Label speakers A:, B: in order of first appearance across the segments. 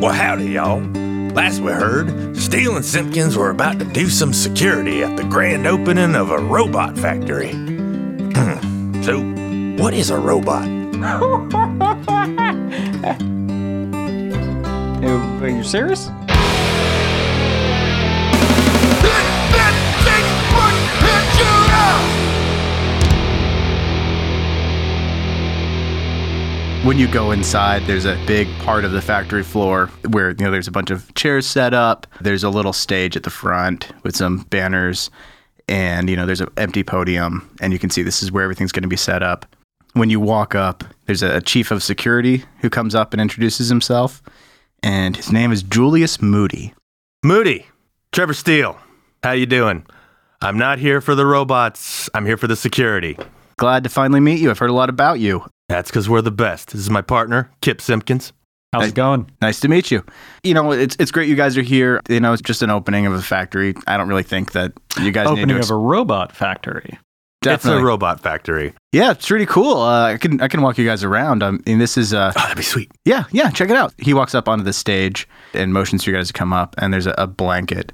A: Well, howdy, y'all. Last we heard, Steele and Simpkins were about to do some security at the grand opening of a robot factory. Hmm, so, what is a robot?
B: Uh, Are you serious?
C: When you go inside, there's a big part of the factory floor where you know there's a bunch of chairs set up. There's a little stage at the front with some banners, and you know there's an empty podium, and you can see this is where everything's going to be set up. When you walk up, there's a chief of security who comes up and introduces himself, and his name is Julius Moody.
D: Moody, Trevor Steele, how you doing? I'm not here for the robots. I'm here for the security.
C: Glad to finally meet you. I've heard a lot about you.
D: That's because we're the best. This is my partner, Kip Simpkins.
B: How's it going?
C: Nice to meet you. You know, it's it's great you guys are here. You know, it's just an opening of a factory. I don't really think that you guys need
B: Opening
C: to
B: of a robot factory.
D: It's a robot factory.
C: Yeah, it's pretty cool. Uh, I can I can walk you guys around. Um, and this is uh,
D: Oh, that'd be sweet.
C: yeah, yeah. Check it out. He walks up onto the stage and motions for you guys to come up. And there's a, a blanket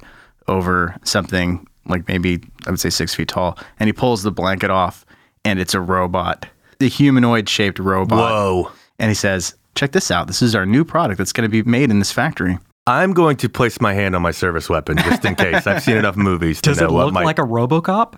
C: over something like maybe I would say six feet tall. And he pulls the blanket off, and it's a robot, the humanoid shaped robot.
D: Whoa.
C: And he says, "Check this out. This is our new product that's going to be made in this factory."
D: I'm going to place my hand on my service weapon just in case. I've seen enough movies to
B: Does
D: know
B: it
D: what
B: look
D: might-
B: like a RoboCop?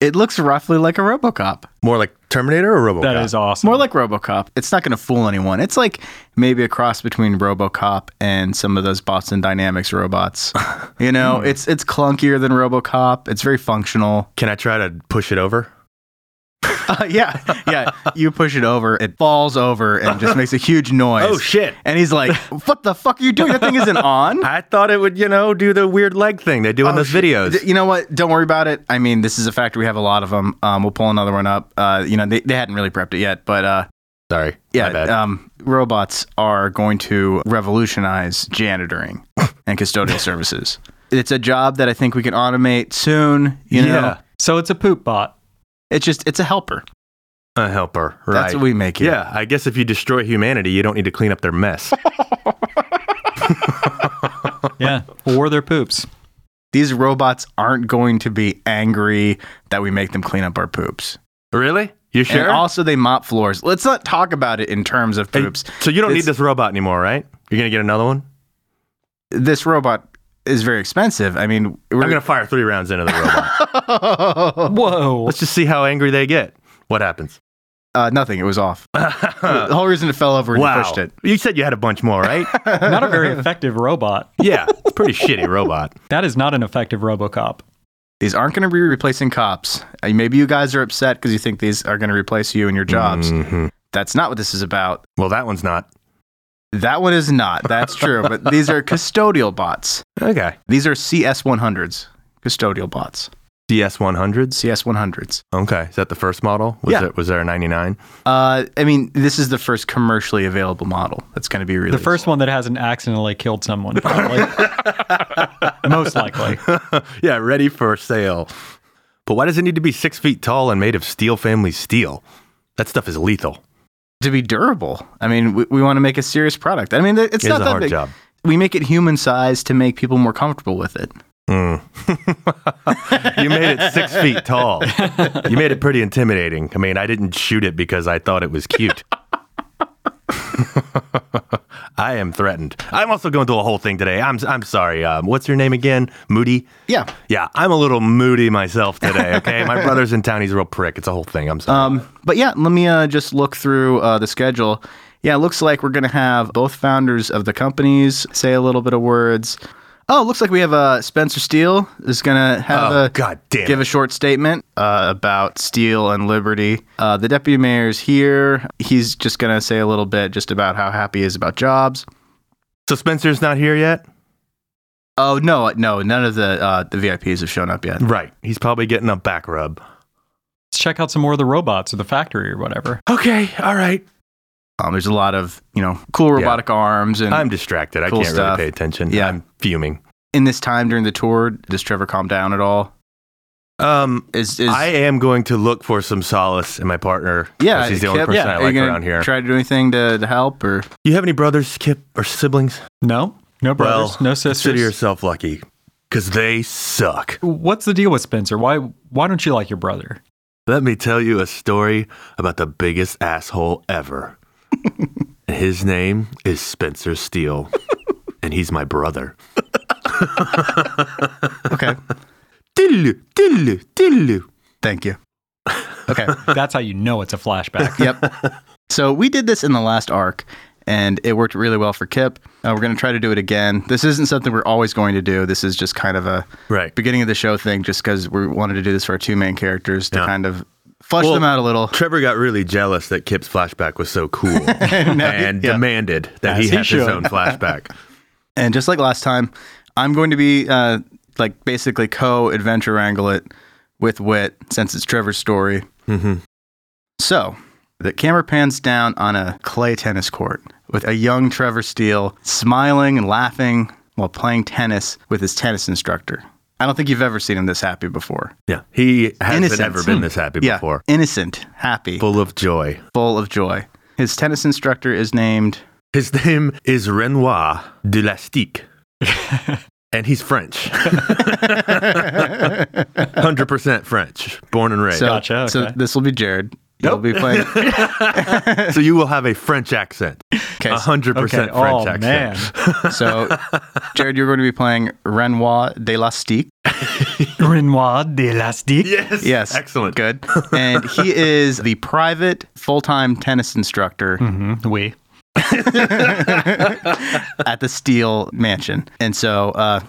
C: It looks roughly like a RoboCop.
D: more like Terminator or RoboCop.
B: That is awesome.
C: More like RoboCop. It's not going to fool anyone. It's like maybe a cross between RoboCop and some of those Boston Dynamics robots. You know, it's it's clunkier than RoboCop. It's very functional.
D: Can I try to push it over?
C: Uh, yeah, yeah. You push it over, it falls over and just makes a huge noise.
D: Oh, shit.
C: And he's like, "What the fuck are you doing? That thing isn't on."
D: I thought it would, you know, do the weird leg thing they do in
C: Oh,
D: those
C: shit.
D: videos.
C: D- You know what? Don't worry about it. I mean, this is a factor. We have a lot of them. Um, we'll pull another one up. Uh, you know, they, they hadn't really prepped it yet, but uh,
D: Sorry.
C: Yeah,
D: My bad.
C: um, robots are going to revolutionize janitoring and custodial services. It's a job that I think we can automate soon. You know,
D: Yeah.
B: so it's a poop bot.
C: it's just it's a helper.
D: a helper. Right.
C: That's what we make it.
D: Yeah, I guess if you destroy humanity, you don't need to clean up their mess.
B: Yeah. Or their poops.
C: These robots aren't going to be angry that we make them clean up our poops.
D: really? You
C: And
D: sure?
C: also, they mop floors. Let's not talk about it in terms of
D: Hey,
C: poops.
D: So you don't need
C: It's-
D: this robot anymore, right? You're gonna get another one.
C: This robot is very expensive. I mean, we're
D: I'm gonna fire three rounds into the robot.
B: Whoa.
D: Let's just see how angry they get. What happens?
C: uh, nothing. It was off. the whole reason it fell over and
D: wow.
C: pushed it.
D: You said you had a bunch more, right?
B: not a very effective robot.
D: yeah. It's a pretty shitty robot.
B: That is not an effective RoboCop.
C: These aren't going to be replacing cops. Uh, Maybe you guys are upset because you think these are going to replace you and your jobs.
D: Mhm.
C: That's not what this is about.
D: Well, that one's not.
C: That one is not. That's true. but these are custodial bots.
D: Okay.
C: These are CS100s, custodial bots.
D: DS 100s.
C: CS100s.
D: Okay. Is that the first model? Was
C: Yeah.
D: There, was there a 99?
C: Uh, I mean, this is the first commercially available model that's going to be
B: The
C: released.
B: first one that hasn't accidentally killed someone, probably. Most likely.
D: yeah, ready for sale. But why does it need to be six feet tall and made of steel family steel? That stuff is lethal.
C: to be durable. I mean, we, we want to make a serious product. I mean, th- it's
D: It is
C: not
D: a
C: that
D: hard
C: big.
D: job.
C: We make it human sized to make people more comfortable with it.
D: You made it six feet tall. You made it pretty intimidating. I mean, I didn't shoot it because I thought it was cute. I am threatened. I'm also going through a whole thing today. I'm I'm sorry. Um, what's your name again? Moody.
C: Yeah.
D: Yeah, I'm a little moody myself today. Okay, my brother's in town. He's a real prick. It's a whole thing. I'm sorry.
C: Um, but yeah, let me uh, just look through uh, the schedule. Yeah, it looks like we're going to have both founders of the companies say a little bit of words. Oh, it looks like we have uh, Spencer Steele is going to have
D: Oh,
C: a
D: God damn
C: uh, give
D: it.
C: a short statement uh, about Steele and Liberty. Uh, the deputy mayor's here. He's just going to say a little bit just about how happy he is about jobs.
D: so Spencer's not here yet.
C: Oh no, no, none of the uh, the VIPs have shown up yet.
D: Right. He's probably getting a back rub.
B: Let's check out some more of the robots or the factory or whatever.
D: Okay. All right.
C: Um, there's a lot of you know cool robotic arms and
D: I'm distracted. I
C: Cool
D: can't
C: stuff.
D: really pay attention.
C: Yeah.
D: I'm fuming.
C: in this time during the tour, does Trevor calm down at all? Is, is
D: Um, I am going to look for some solace in my partner.
C: yeah?
D: as he's the only
C: Kip,
D: person
C: yeah.
D: I
C: Are
D: like
C: you gonna
D: around here.
C: Try to do anything to, to help or
D: you have any brothers, Kip, or siblings?
B: No, no brothers, no sisters.
D: Consider yourself lucky, because they suck.
B: What's the deal with Spencer? Why why don't you like your brother?
D: Let me tell you a story about the biggest asshole ever. And His name is Spencer Steele, and he's my brother.
C: okay.
D: Diddle, diddle, diddle.
C: Thank you. Okay.
B: That's how you know it's a flashback.
C: yep. So we did this in the last arc, and it worked really well for Kip. Uh, we're going to try to do it again. This isn't something we're always going to do. This is just kind of a
D: Right.
C: beginning of the show thing, just because we wanted to do this for our two main characters to
D: Yeah.
C: kind of flush
D: Well,
C: them out a little.
D: Trevor got really jealous that Kip's flashback was so cool and
C: yeah.
D: demanded that he
B: As he
D: had his
B: should.
D: own flashback.
C: And just like last time, I'm going to be uh, like basically co-adventure angle it with Wit since it's Trevor's story. Mm-hmm. So the camera pans down on a clay tennis court with a young Trevor Steele smiling and laughing while playing tennis with his tennis instructor. I don't think you've ever seen him this happy before.
D: Yeah. He hasn't
C: Innocence.
D: ever been this happy
C: Yeah,
D: before.
C: innocent, happy,
D: Full of joy.
C: full of joy. His tennis instructor is named
D: His name is Renoir de Lastique. and he's French. 100% French, born and raised.
C: so.
D: So,
B: Gotcha,
C: So
B: okay.
C: this will be Jared. He'll be playing.
D: you will have a French accent.
C: Okay,
D: 100%
B: Okay.
D: French
B: Oh
D: accent.
B: man.
C: So, Jared, you're going to be playing Renoir de l'Astique.
B: Renoir de l'Astique.
D: Yes.
C: Yes.
D: Excellent.
C: Good. And he is the private full time tennis instructor
B: Mm-hmm. We.
C: at the Steele Mansion. And so, uh,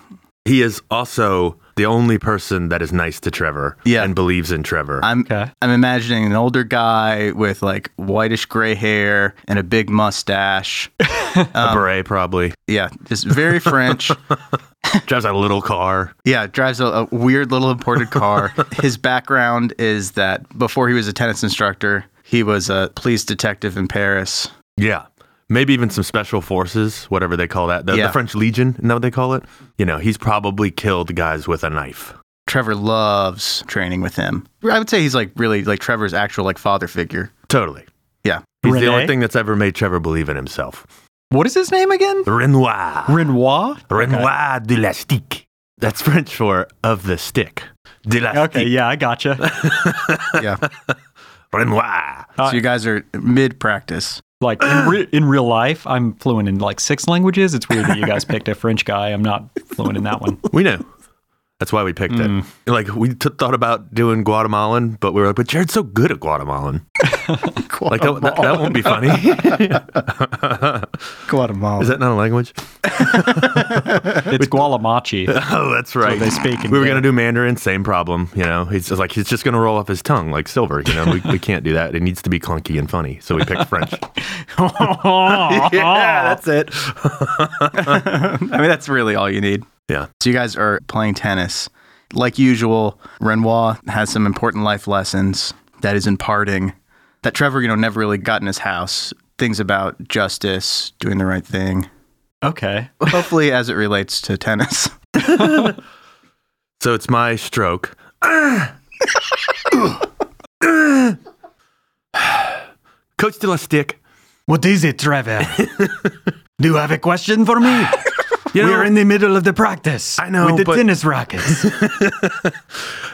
D: He is also the only person that is nice to Trevor
C: Yeah.
D: and believes in Trevor.
C: I'm
B: Okay.
C: I'm imagining an older guy with like whitish gray hair and a big mustache.
D: a beret, probably.
C: Yeah, just very French.
D: Drives a little car.
C: Yeah, drives a, a weird little imported car. His background is that before he was a tennis instructor, he was a police detective in Paris.
D: Yeah. Maybe even some special forces, whatever they call that. The,
C: Yeah.
D: the French Legion, is that what they call it? You know, he's probably killed guys with a knife.
C: Trevor loves training with him. I would say he's like really like Trevor's actual like father figure.
D: Totally.
C: Yeah.
D: He's the
B: Rene?
D: only thing that's ever made Trevor believe in himself.
B: What is his name again?
D: Renoir.
B: Renoir.
D: Renoir de l'Astique. That's French for of the stick. De l'Astique.
B: Okay. Yeah, I gotcha.
C: Yeah.
D: Renoir.
B: Uh,
C: so you guys are mid practice.
B: Like in, re- in real life, I'm fluent in like six languages. It's weird that you guys picked a French guy. I'm not fluent in that one.
D: We know. That's why we picked it. Like, we t- thought about doing Guatemalan, but we were like, but Jared's so good at Guatemalan. Like, that, that, that won't be funny.
C: Guatemala.
D: Is that not a language?
B: It's Gualamachi.
D: Oh, that's right.
B: they speak in
D: we were going to
B: Canada.
D: do Mandarin, same problem. You know, he's just like, he's just going to roll off his tongue like silver. You know, we, we can't do that. It needs to be clunky and funny. So we picked French. yeah, that's it.
C: I mean, that's really all you need.
D: Yeah.
C: So you guys are playing tennis. Like usual, Renoir has some important life lessons that is imparting that Trevor, you know, never really got in his house. Things about justice, doing the right thing.
B: okay.
C: Hopefully, as it relates to tennis.
D: So it's my stroke. Coach De La Stick.
B: What is it, Trevor? Do you have a question for me?
D: You know,
B: the middle of the practice.
D: I know, but-
B: tennis rackets.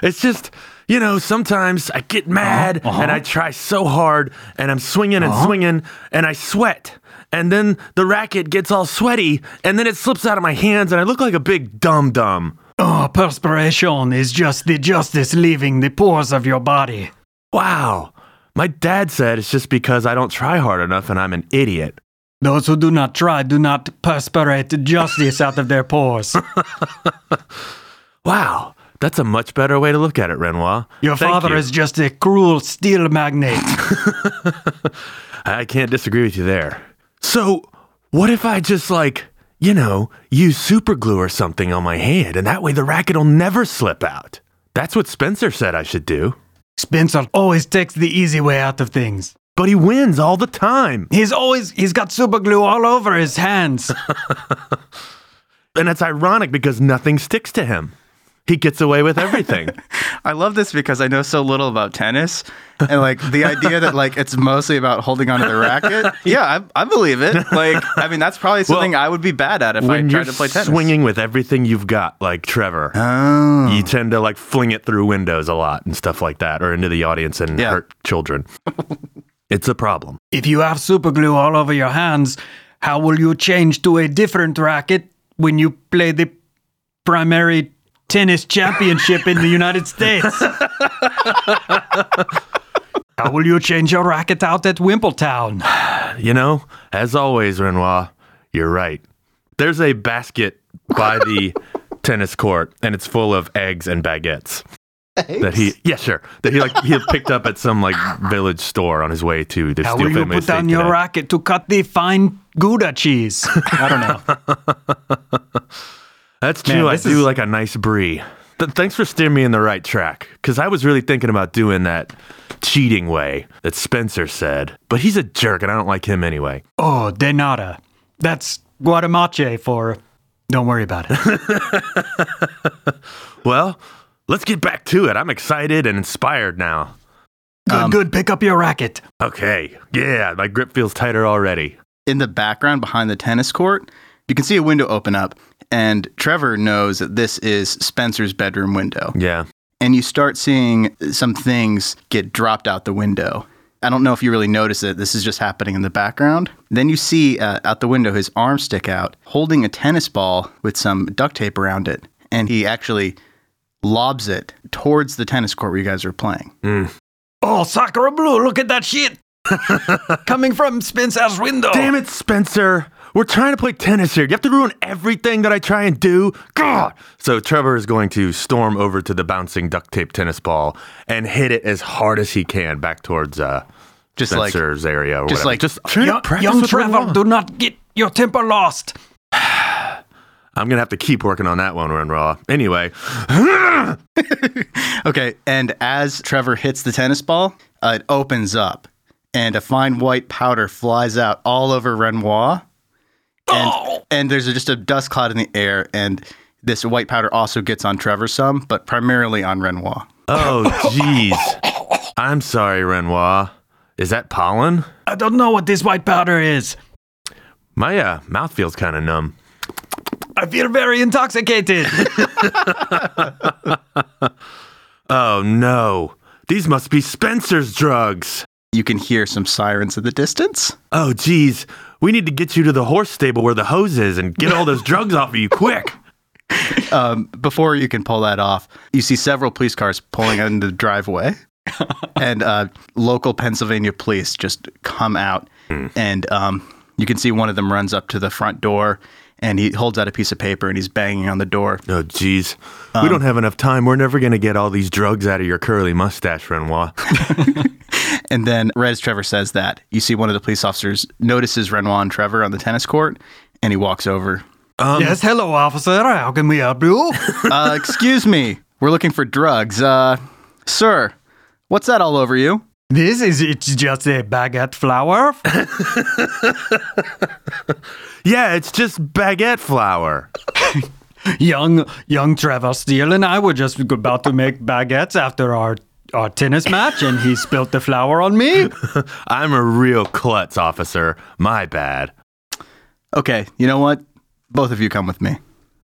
D: it's just, you know, sometimes I
B: Uh-huh,
D: get mad and I try so hard and I'm swinging
B: Uh-huh.
D: and swinging and I sweat. And then the racket gets all sweaty and then it slips out of my hands and I look like a big dum dum.
B: oh, perspiration is just the justice leaving the pores of your body.
D: Wow. My dad said it's just because I don't try hard enough and I'm an idiot.
B: Those who do not try do not perspirate justice out of their pores.
D: Wow. That's a much better way to look at it, Renoir.
B: Your
D: Thank
B: father
D: you.
B: is just a cruel steel magnate.
D: I can't disagree with you there. So, what if I just like, you know, use super glue or something on my hand and that way the racket will never slip out? That's what Spencer said I should do.
B: Spencer always takes the easy way out of things.
D: But he wins all the time.
B: He's always he's got super glue all over his hands.
D: And it's ironic because nothing sticks to him. he gets away with everything.
C: I love this because I know so little about tennis, and like the idea that like it's mostly about holding onto the racket. Yeah, I, I believe it. Like, I mean, that's probably something I would be bad at if I
D: when you're
C: tried to play tennis.
D: swinging with everything you've got, like Trevor,
C: Oh.
D: you tend to like fling it through windows a lot and stuff like that, or into the audience and
C: Yeah.
D: hurt children. it's a problem.
B: If you have super glue all over your hands, how will you change to a different racket when you play the primary tennis championship in the United States? how will you change your racket out at Wimbledon?
D: You know, as always, Renoir, you're right. There's a basket by the tennis court, and it's full of eggs and baguettes. That he, yeah, sure. That he like he had picked up at some like village store on his way to the
B: How
D: Steel
B: will you
D: family
B: put
D: estate
B: down your
D: today.
B: racket to cut the fine Gouda cheese? I don't know.
D: That's
B: Man,
D: true. I
B: this
D: do
B: is-
D: like a nice brie. Th- thanks for steering me in the right track, because I was really thinking about doing that cheating way that Spencer said, but he's a jerk, and I don't like him anyway.
B: Oh, de nada. That's guatemache for. Don't worry about it.
D: Well, let's get back to it. I'm excited and inspired now.
B: Good,
D: Um,
B: good. Pick up your racket.
D: Okay. Yeah, my grip feels tighter already.
C: in the background behind the tennis court, you can see a window open up, and Trevor knows that this is Spencer's bedroom window.
D: Yeah.
C: And you start seeing some things get dropped out the window. I don't know if you really notice it. This is just happening in the background. Then you see uh, out the window his arm stick out, holding a tennis ball with some duct tape around it. And he actually lobs it towards the tennis court where you guys are playing.
B: Oh, Sakura Blue, look at that shit. Coming from Spencer's window.
D: Damn it, Spencer. We're trying to play tennis here. You have to ruin everything that I try and do. God. So Trevor is going to storm over to the bouncing duct tape tennis ball and hit it as hard as he can back towards uh
C: Just like-
D: Spencer's area or
C: just
D: whatever.
C: like-
D: just trying to
B: Young,
D: practice
B: young
D: with Renoir.
B: Trevor, do not get your temper lost.
D: I'm gonna have to keep working on that one, Raw. Anyway,
C: Okay, and as Trevor hits the tennis ball, uh, it opens up, and a fine white powder flies out all over Renoir. And, and there's just a dust cloud in the air, and this white powder also gets on Trevor some, but primarily on Renoir.
D: oh jeez. I'm sorry, Renoir. Is that pollen?
B: I don't know what this white powder is.
D: My uh, mouth feels kind of numb.
B: I feel very intoxicated.
D: Oh no. These must be Spencer's drugs.
C: You can hear some sirens in the distance.
D: Oh geez. We need to get you to the horse stable where the hose is and get all those drugs off of you quick.
C: Before you can pull that off, you see several police cars pulling into the driveway, and uh, local Pennsylvania police just come out, and um, you can see one of them runs up to the front door, and he holds out a piece of paper and he's banging on the door.
D: Oh geez. we don't have enough time. We're never gonna get all these drugs out of your curly mustache, Renoir.
C: And then, right as Trevor says that, you see one of the police officers notices Renoir and Trevor on the tennis court, and he walks over.
D: Um,
B: yes, hello, officer. How can we help you?
C: Uh, excuse me, we're looking for drugs. Uh, sir, what's that all over you?
B: this is it's just a baguette flour.
D: yeah, it's just baguette flour.
B: young young Trevor Steele and I were just about to make baguettes after our our tennis match, and he spilt the flour on me.
D: I'm a real klutz, officer. My bad.
C: Okay, you know what? Both of you come with me.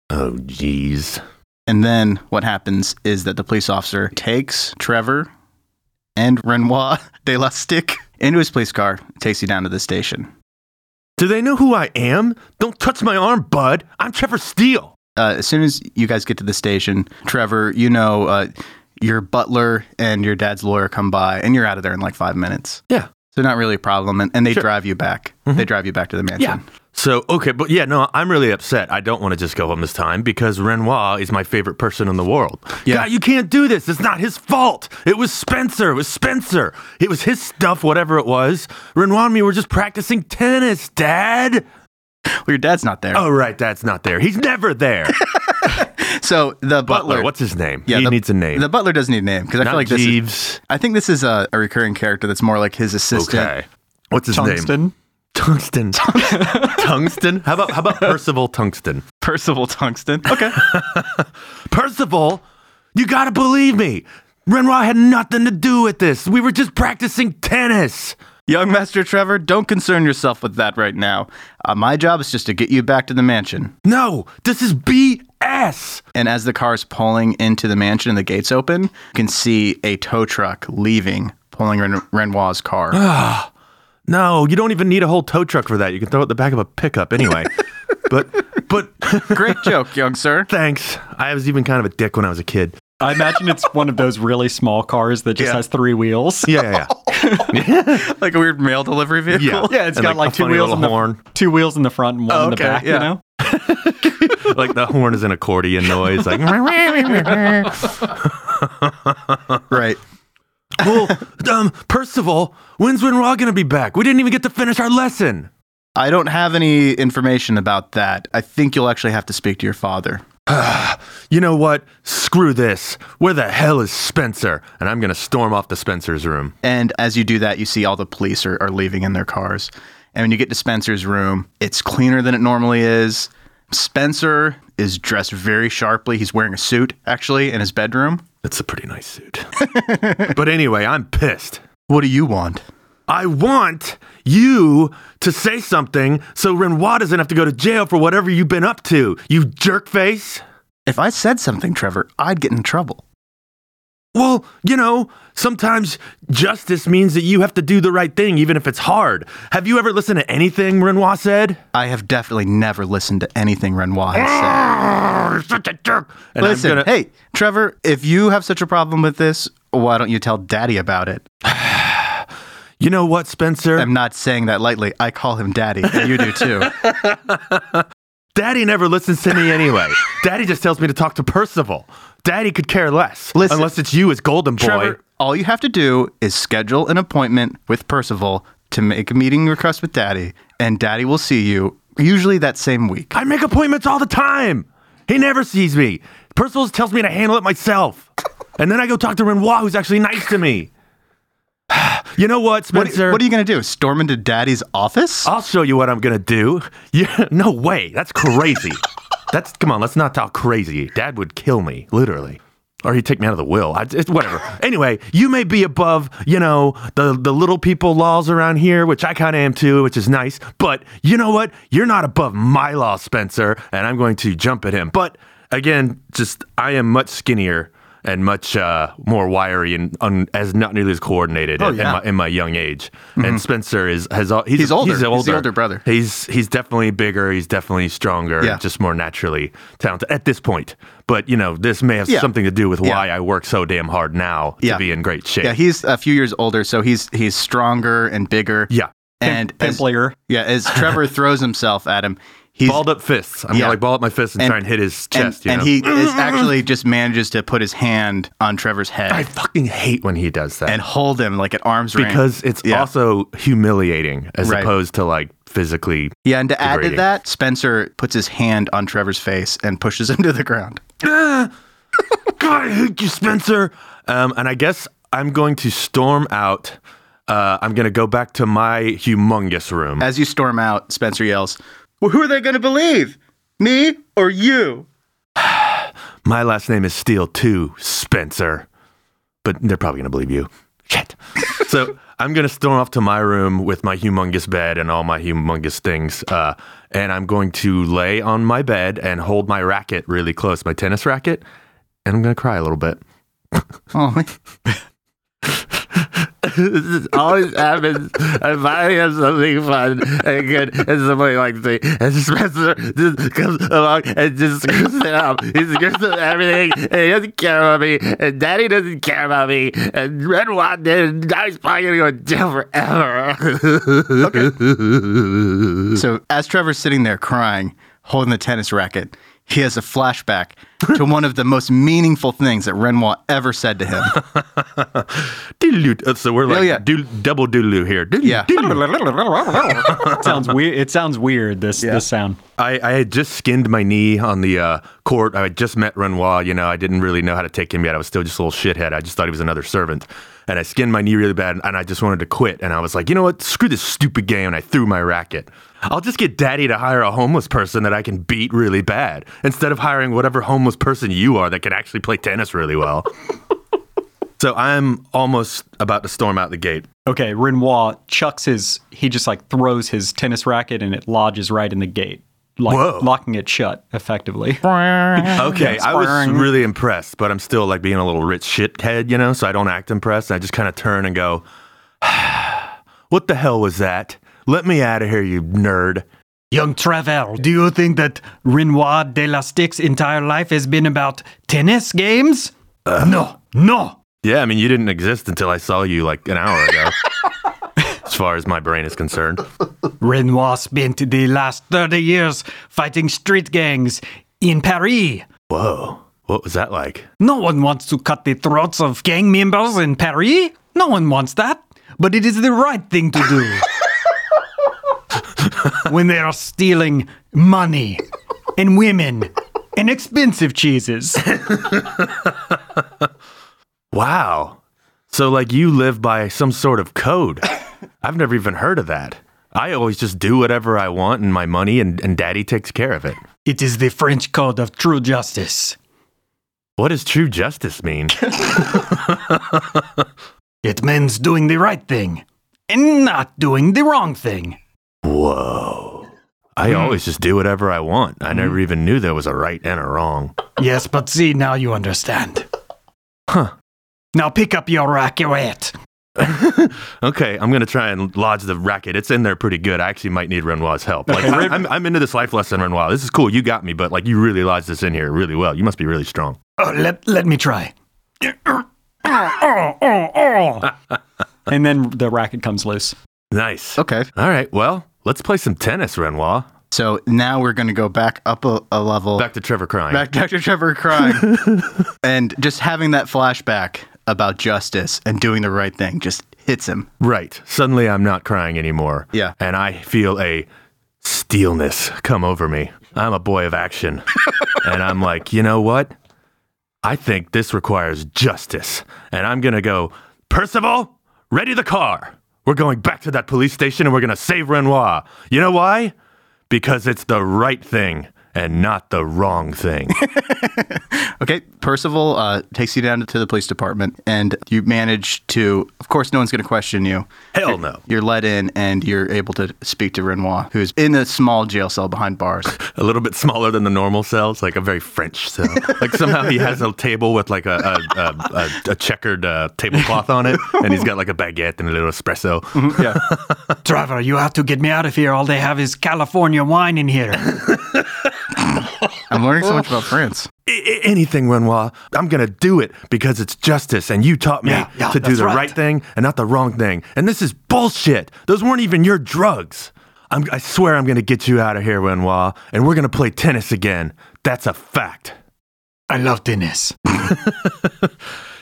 D: Oh jeez.
C: And then what happens is that the police officer takes Trevor and Renoir de la Stick into his police car, takes you down to the station.
D: Do they know who I am? Don't touch my arm, bud. I'm Trevor Steele.
C: Uh, as soon as you guys get to the station, Trevor, you know, uh, your butler and your dad's lawyer come by, and you're out of there in like five minutes.
D: Yeah.
C: So not really a problem, and, and they
D: Sure. Mm-hmm.
C: drive you back. They drive you back to the mansion.
D: So, okay, but yeah, no, I'm really upset. I don't want to just go home this time because Renoir is my favorite person in the world.
C: Yeah.
D: God, you can't do this. It's not his fault. It was Spencer. It was Spencer. It was his stuff, whatever it was. Renoir and me were just practicing tennis, Dad.
C: Well, your dad's not there.
D: Oh, right, Dad's not there. He's never there.
C: So the butler.
D: Butler, what's his name?
C: yeah,
D: he
C: the-
D: needs a name.
C: The butler does need a name because I
D: not
C: feel like this. Is,
D: Jeeves.
C: I think this is a, a recurring character that's more like his assistant.
D: okay. What's his name?
B: Tungsten.
D: Tungsten. tungsten. How about how about Percival Tungsten?
C: Percival Tungsten. Okay.
D: Percival You gotta believe me. Renoir had nothing to do with this. We were just practicing tennis.
C: Young Master Trevor, don't concern yourself with that right now. Uh, my job is just to get you back to the mansion.
D: No, this is BS.
C: And as the car's pulling into the mansion and the gates open, you can see a tow truck leaving, pulling Ren- Renoir's car.
D: No, you don't even need a whole tow truck for that. You can throw it at the back of a pickup anyway. but, but,
C: Great joke, young sir.
D: thanks. I was even kind of a dick when I was a kid.
E: I imagine it's one of those really small cars that just
D: Yeah.
E: has three wheels.
D: Yeah, yeah, yeah.
C: Like a weird mail delivery vehicle.
D: Yeah.
E: Yeah, it's
D: And,
E: got
D: like,
E: like,
D: a
E: two
D: funny
E: wheels
D: little
E: in the
D: horn.
E: two wheels in the front and one in the
C: okay,
E: back.
C: yeah.
E: You know,
D: like the horn is an accordion noise. Like,
C: Right.
D: well, um, Percival, when's Renoir gonna be back? We didn't even get to finish our lesson.
C: I don't have any information about that. I think you'll actually have to speak to your father.
D: You know what? Screw this. Where the hell is Spencer? And I'm gonna storm off to Spencer's room.
C: And as you do that, you see all the police are, are leaving in their cars. And when you get to Spencer's room, it's cleaner than it normally is. Spencer is dressed very sharply. He's wearing a suit, actually, in his bedroom.
D: It's a pretty nice suit. but anyway, I'm pissed.
C: What do you want?
D: I want you to say something so Renoir doesn't have to go to jail for whatever you've been up to, you jerk face.
C: If I said something, Trevor, I'd get in trouble.
D: Well, you know, sometimes justice means that you have to do the right thing, even if it's hard. Have you ever listened to anything Renoir said?
C: I have definitely never listened to anything Renoir has said.
D: Arr, such a jerk. Ah! And I'm
C: Listen,
D: gonna-
C: hey, Trevor, if you have such a problem with this, why don't you tell Daddy about it?
D: you know what, Spencer?
C: I'm not saying that lightly. I call him Daddy, and you do too.
D: Daddy never listens to me anyway. Daddy just tells me to talk to Percival. Daddy could care less.
C: Listen-
D: unless it's you as Golden Boy.
C: Trevor, all you have to do is schedule an appointment with Percival to make a meeting request with Daddy, and Daddy will see you usually that same week.
D: I make appointments all the time. He never sees me. Percival just tells me to handle it myself. And then I go talk to Renoir, who's actually nice to me. You know what,
C: What,
D: Spencer?
C: what are you going to do? Storm into Daddy's office?
D: I'll show you what I'm gonna do. Yeah, no way. That's crazy. That's come on. Let's not talk crazy. Dad would kill me, literally, or he'd take me out of the will. I, it's whatever. anyway, you may be above, you know, the the little people laws around here, which I kind of am too, which is nice. But you know what? You're not above my law, Spencer, and I'm going to jump at him. But again, just I am much skinnier. And much uh, more wiry and un- as not nearly as coordinated in,
C: yeah.
D: my, in my young age. And Spencer is has al- he's
C: He's older. He's the older brother.
D: He's he's definitely bigger. He's definitely stronger.
C: Yeah.
D: Just more naturally talented at this point. But you know, this may have
C: Yeah.
D: something to do with
C: Yeah.
D: why I work so damn hard now
C: Yeah.
D: to be in great shape.
C: yeah, he's a few years older, so he's he's stronger and bigger.
D: Yeah.
C: and as-
E: pimplier.
C: yeah, as Trevor throws himself at him, he's
D: Balled up fists. I'm
C: Yeah.
D: gonna like ball up my fists and,
C: And-
D: try and hit his
C: and,
D: chest. you
C: and
D: know?
C: he is actually just manages to put his hand on Trevor's head
D: I fucking hate when he does that
C: and hold him like at arm's range.
D: because it's
C: Yeah.
D: also humiliating as
C: Right.
D: opposed to like physically.
C: yeah, and to add to
D: degrading.
C: that, Spencer puts his hand on Trevor's face and pushes him to the ground.
D: Ah! God, I hate you, Spencer. Um, and I guess I'm going to storm out. Uh, I'm gonna go back to my humongous room.
C: As you storm out, Spencer yells, "Well, who are they going to believe? Me or you?"
D: My last name is Steele too, Spencer. But they're probably gonna believe you. Shit. so I'm gonna storm off to my room with my humongous bed and all my humongous things. Uh, and I'm going to lay on my bed and hold my racket really close, my tennis racket, and I'm gonna cry a little bit.
C: Oh,
D: this always happens. If I have something fun and good, and somebody like me, and Spencer just comes along and just screws it up. He screws up everything, and he doesn't care about me, and Daddy doesn't care about me, and Red One did, and now he's probably gonna go to jail forever.
C: So as Trevor's sitting there crying, holding the tennis racket, he has a flashback to one of the most meaningful things that Renoir ever said to him.
D: so we're like
C: yeah.
D: doo- double doodaloo here. Doodaloo,
C: Yeah.
D: doodaloo.
E: It sounds weird. It sounds weird. This this sound.
D: I, I had just skinned my knee on the uh, court. I had just met Renoir. You know, I didn't really know how to take him yet. I was still just a little shithead. I just thought he was another servant. And I skinned my knee really bad, and I just wanted to quit. And I was like, you know what? Screw this stupid game. And I threw my racket. I'll just get daddy to hire a homeless person that I can beat really bad instead of hiring whatever homeless person you are that can actually play tennis really well. so I'm almost about to storm out the gate.
E: Okay, Renoir chucks his. He just like throws his tennis racket and it lodges right in the gate, like
D: Whoa.
E: locking it shut effectively.
D: Okay,
E: Yeah,
D: I was
E: sparring.
D: really impressed, but I'm still like being a little rich shit head, you know, so I don't act impressed. I just kind of turn and go, What the hell was that? Let me out of here, you nerd.
B: Young Travel, do you think that Renoir de la Stick's entire life has been about tennis games? no, no.
D: Yeah, I mean, you didn't exist until I saw you like an hour ago, as far as my brain is concerned.
B: Renoir spent the last 30 years fighting street gangs in Paris.
D: Whoa, what was that like?
B: No one wants to cut the throats of gang members in Paris. No one wants that. But it is the right thing to do. when they are stealing money and women and expensive cheeses.
D: Wow. So, like, you live by some sort of code. I've never even heard of that. I always just do whatever I want and my money, and, and daddy takes care of it.
B: It is the French code of true justice.
D: What does true justice mean?
B: It means doing the right thing and not doing the wrong thing.
D: Whoa.
C: Hmm.
D: I always just do whatever I want. I never even knew there was a right and a wrong.
B: Yes, but see, now you understand.
D: Huh.
B: Now pick up your racket.
D: Okay, I'm going to try and lodge the racket. It's in there pretty good. I actually might need Renoir's help. Like, I, am I'm into this life lesson, Renoir. This is cool. You got me, but like you really lodged this in here really well. You must be really strong.
B: Oh, let, let me try.
E: and then the racket comes loose.
D: Nice.
C: Okay.
D: All right, well, let's play some tennis, Renoir.
C: So now we're going to go back up a, a level.
D: Back to Trevor crying.
C: back Dr. Trevor crying. and just having that flashback about justice and doing the right thing just hits him.
D: Right. Suddenly I'm not crying anymore.
C: Yeah.
D: And I feel a steelness come over me. I'm a boy of action. and I'm like, you know what? I think this requires justice. And I'm going to go, Percival, ready the car. We're going back to that police station and we're going to save Renoir. You know why? Because it's the right thing and not the wrong thing.
C: Okay, Percival uh, takes you down to the police department, and you manage to, of course, no one's going to question you.
D: Hell no.
C: You're let in, and you're able to speak to Renoir, who's in a small jail cell behind bars.
D: a little bit smaller than the normal cells, like a very French cell. Like somehow he has a table with like a a, a, a, a checkered uh, tablecloth on it, and he's got like a baguette and a little espresso.
B: Mm-hmm.
C: yeah.
B: Trevor, you have to get me out of here. All they have is California wine in here.
C: I'm learning so much about France.
D: I- I- anything, Renoir, I'm gonna do it because it's justice, and you taught me
B: Yeah, yeah,
D: to do
B: that's
D: the
B: right.
D: right thing and not the wrong thing. And this is bullshit. Those weren't even your drugs. I'm, I swear I'm gonna get you out of here, Renoir, and we're gonna play tennis again. That's a fact.
B: I love tennis.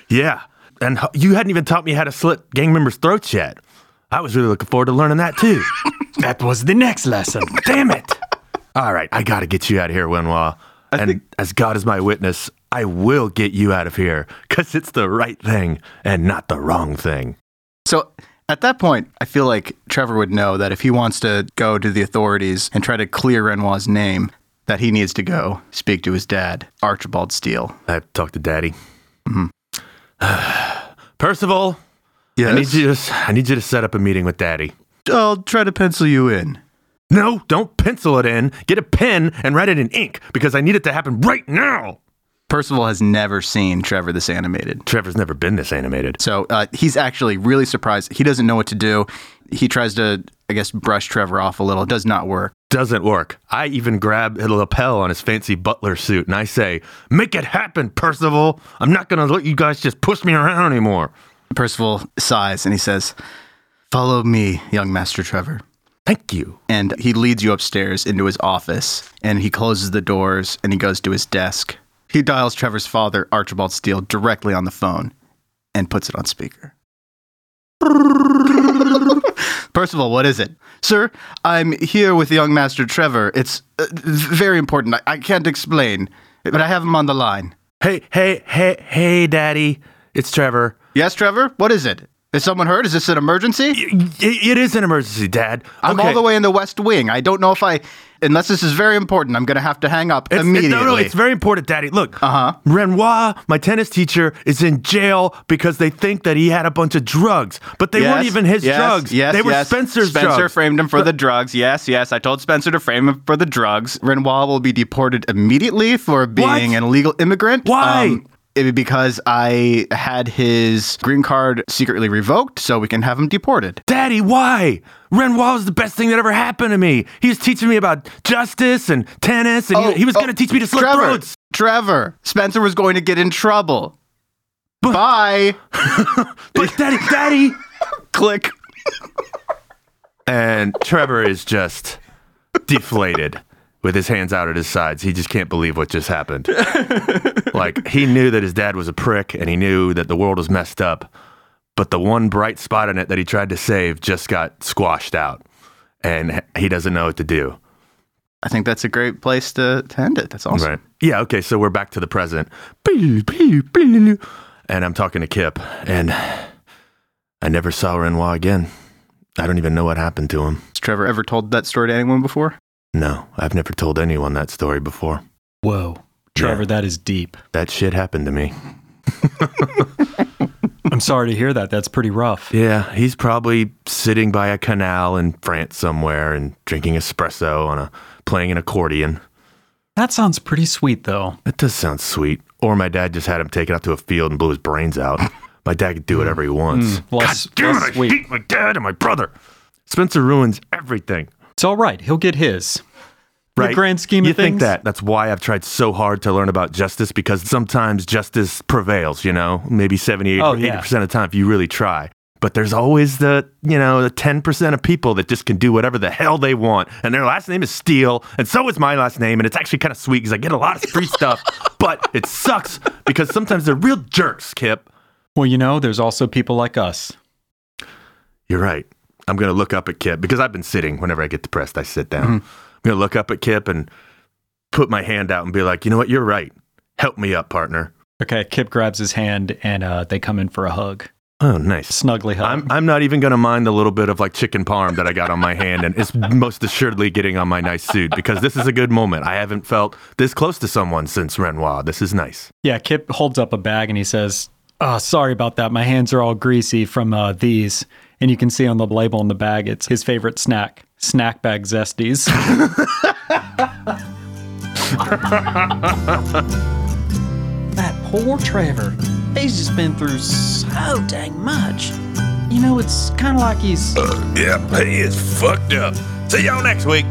D: Yeah. And h- you hadn't even taught me how to slit gang members' throats yet. I was really looking forward to learning that too.
B: That was the next lesson.
D: Damn it. All right, I got to get you out of here, Wenwa. And as God is my witness, I will get you out of here because it's the right thing and not the wrong thing.
C: So at that point, I feel like Trevor would know that if he wants to go to the authorities and try to clear Renoir's name, that he needs to go speak to his dad, Archibald Steele.
D: I have to talk to Daddy. Percival,
C: Yes.
D: I need you. To, s- I need you to set up a meeting with Daddy.
C: I'll try to pencil you in.
D: No, don't pencil it in. Get a pen and write it in ink because I need it to happen right now.
C: Percival has never seen Trevor this animated.
D: Trevor's never been this animated.
C: So uh, he's actually really surprised. He doesn't know what to do. He tries to, I guess, brush Trevor off a little. It does not work.
D: doesn't work. I even grab a lapel on his fancy butler suit and I say, Make it happen, Percival. I'm not going to let you guys just push me around anymore.
C: Percival sighs and he says, Follow me, young Master Trevor.
D: Thank you.
C: And he leads you upstairs into his office and he closes the doors and he goes to his desk. He dials Trevor's father, Archibald Steele, directly on the phone and puts it on speaker. Percival, what is it? Sir, I'm here with young Master Trevor. It's uh, v- very important. I, I can't explain, but I have him on the line.
D: Hey, hey, hey, hey, Daddy. It's Trevor.
C: Yes, Trevor? What is it? Is someone hurt? Is this an emergency?
D: I- it is an emergency, Dad.
C: I'm all the way in the West Wing. I don't know if I, unless this is very important, I'm going to have to hang up
D: It's-
C: immediately.
D: It, no, no, it's very important, Daddy. Look, uh-huh. Renoir, my tennis teacher, is in jail because they think that he had a bunch of drugs, but they weren't
C: Yes,
D: even his
C: yes,
D: drugs.
C: Yes,
D: they were
C: yes.
D: Spencer's
C: Spencer
D: drugs.
C: framed him for the drugs. Yes, yes. I told Spencer to frame him for the drugs. Renoir will be deported immediately for being
D: What?
C: an illegal immigrant. Um,
D: Why?
C: it- because I had his green card secretly revoked, so we can have him deported.
D: Daddy, why? Renoir was the best thing that ever happened to me. He was teaching me about justice and tennis, and he- he, was
C: oh,
D: going to teach me to slit
C: Trevor,
D: throats.
C: Trevor, Spencer was going to get in trouble. Bye.
D: But Daddy, Daddy.
C: Click.
D: And Trevor is just deflated with his hands out at his sides. He just can't believe what just happened. like, he knew that his dad was a prick and he knew that the world was messed up, but the one bright spot in it that he tried to save just got squashed out and he doesn't know what to do.
C: I think that's a great place to, to end it. That's awesome.
D: Right. Yeah. Okay. So we're back to the present. And I'm talking to Kip, and I never saw Renoir again. I don't even know what happened to him.
C: Has Trevor ever told that story to anyone before?
D: No, I've never told anyone that story before.
E: Whoa. Trevor, that is deep.
D: That shit happened to me.
E: I'm sorry to hear that. That's pretty rough.
D: Yeah, he's probably sitting by a canal in France somewhere and drinking espresso on a playing an accordion.
E: That sounds pretty sweet, though.
D: That does sound sweet. Or my dad just had him taken out to a field and blew his brains out. My dad could do whatever he wants.
E: Mm, Less,
D: Damn
E: less
D: it, I hate my dad and my brother. Spencer ruins everything.
E: It's all right. He'll get his. In
D: Right.
E: The grand scheme
D: you
E: of things.
D: think that. That's why I've tried so hard to learn about justice because sometimes justice prevails, you know, maybe 70,
E: Oh,
D: or 80%
E: yeah.
D: of the time if you really try. But there's always the, you know, the 10% of people that just can do whatever the hell they want. And their last name is Steele. And so is my last name. And it's actually kind of sweet because I get a lot of free stuff. But it sucks because sometimes they're real jerks, Kip.
E: Well, you know, there's also people like us.
D: You're right. I'm going to look up at Kip because I've been sitting. Whenever I get depressed, I sit down. I'm going to look up at Kip and put my hand out and be like, you know what? You're right. Help me up, partner.
E: Okay, Kip grabs his hand and uh, they come in for a hug.
D: Oh, nice.
E: Snuggly hug.
D: I'm, I'm not even going to mind the little bit of like chicken parm that I got on my hand, and it's most assuredly getting on my nice suit because this is a good moment. I haven't felt this close to someone since Renoir. This is nice.
E: yeah, Kip holds up a bag and he says, oh, sorry about that. My hands are all greasy from uh, these. And you can see on the label in the bag, it's his favorite snack, snack bag zesties.
B: That poor Trevor. He's just been through so dang much. You know, it's kind of like he's.
A: Yeah, he is fucked up. See y'all next week.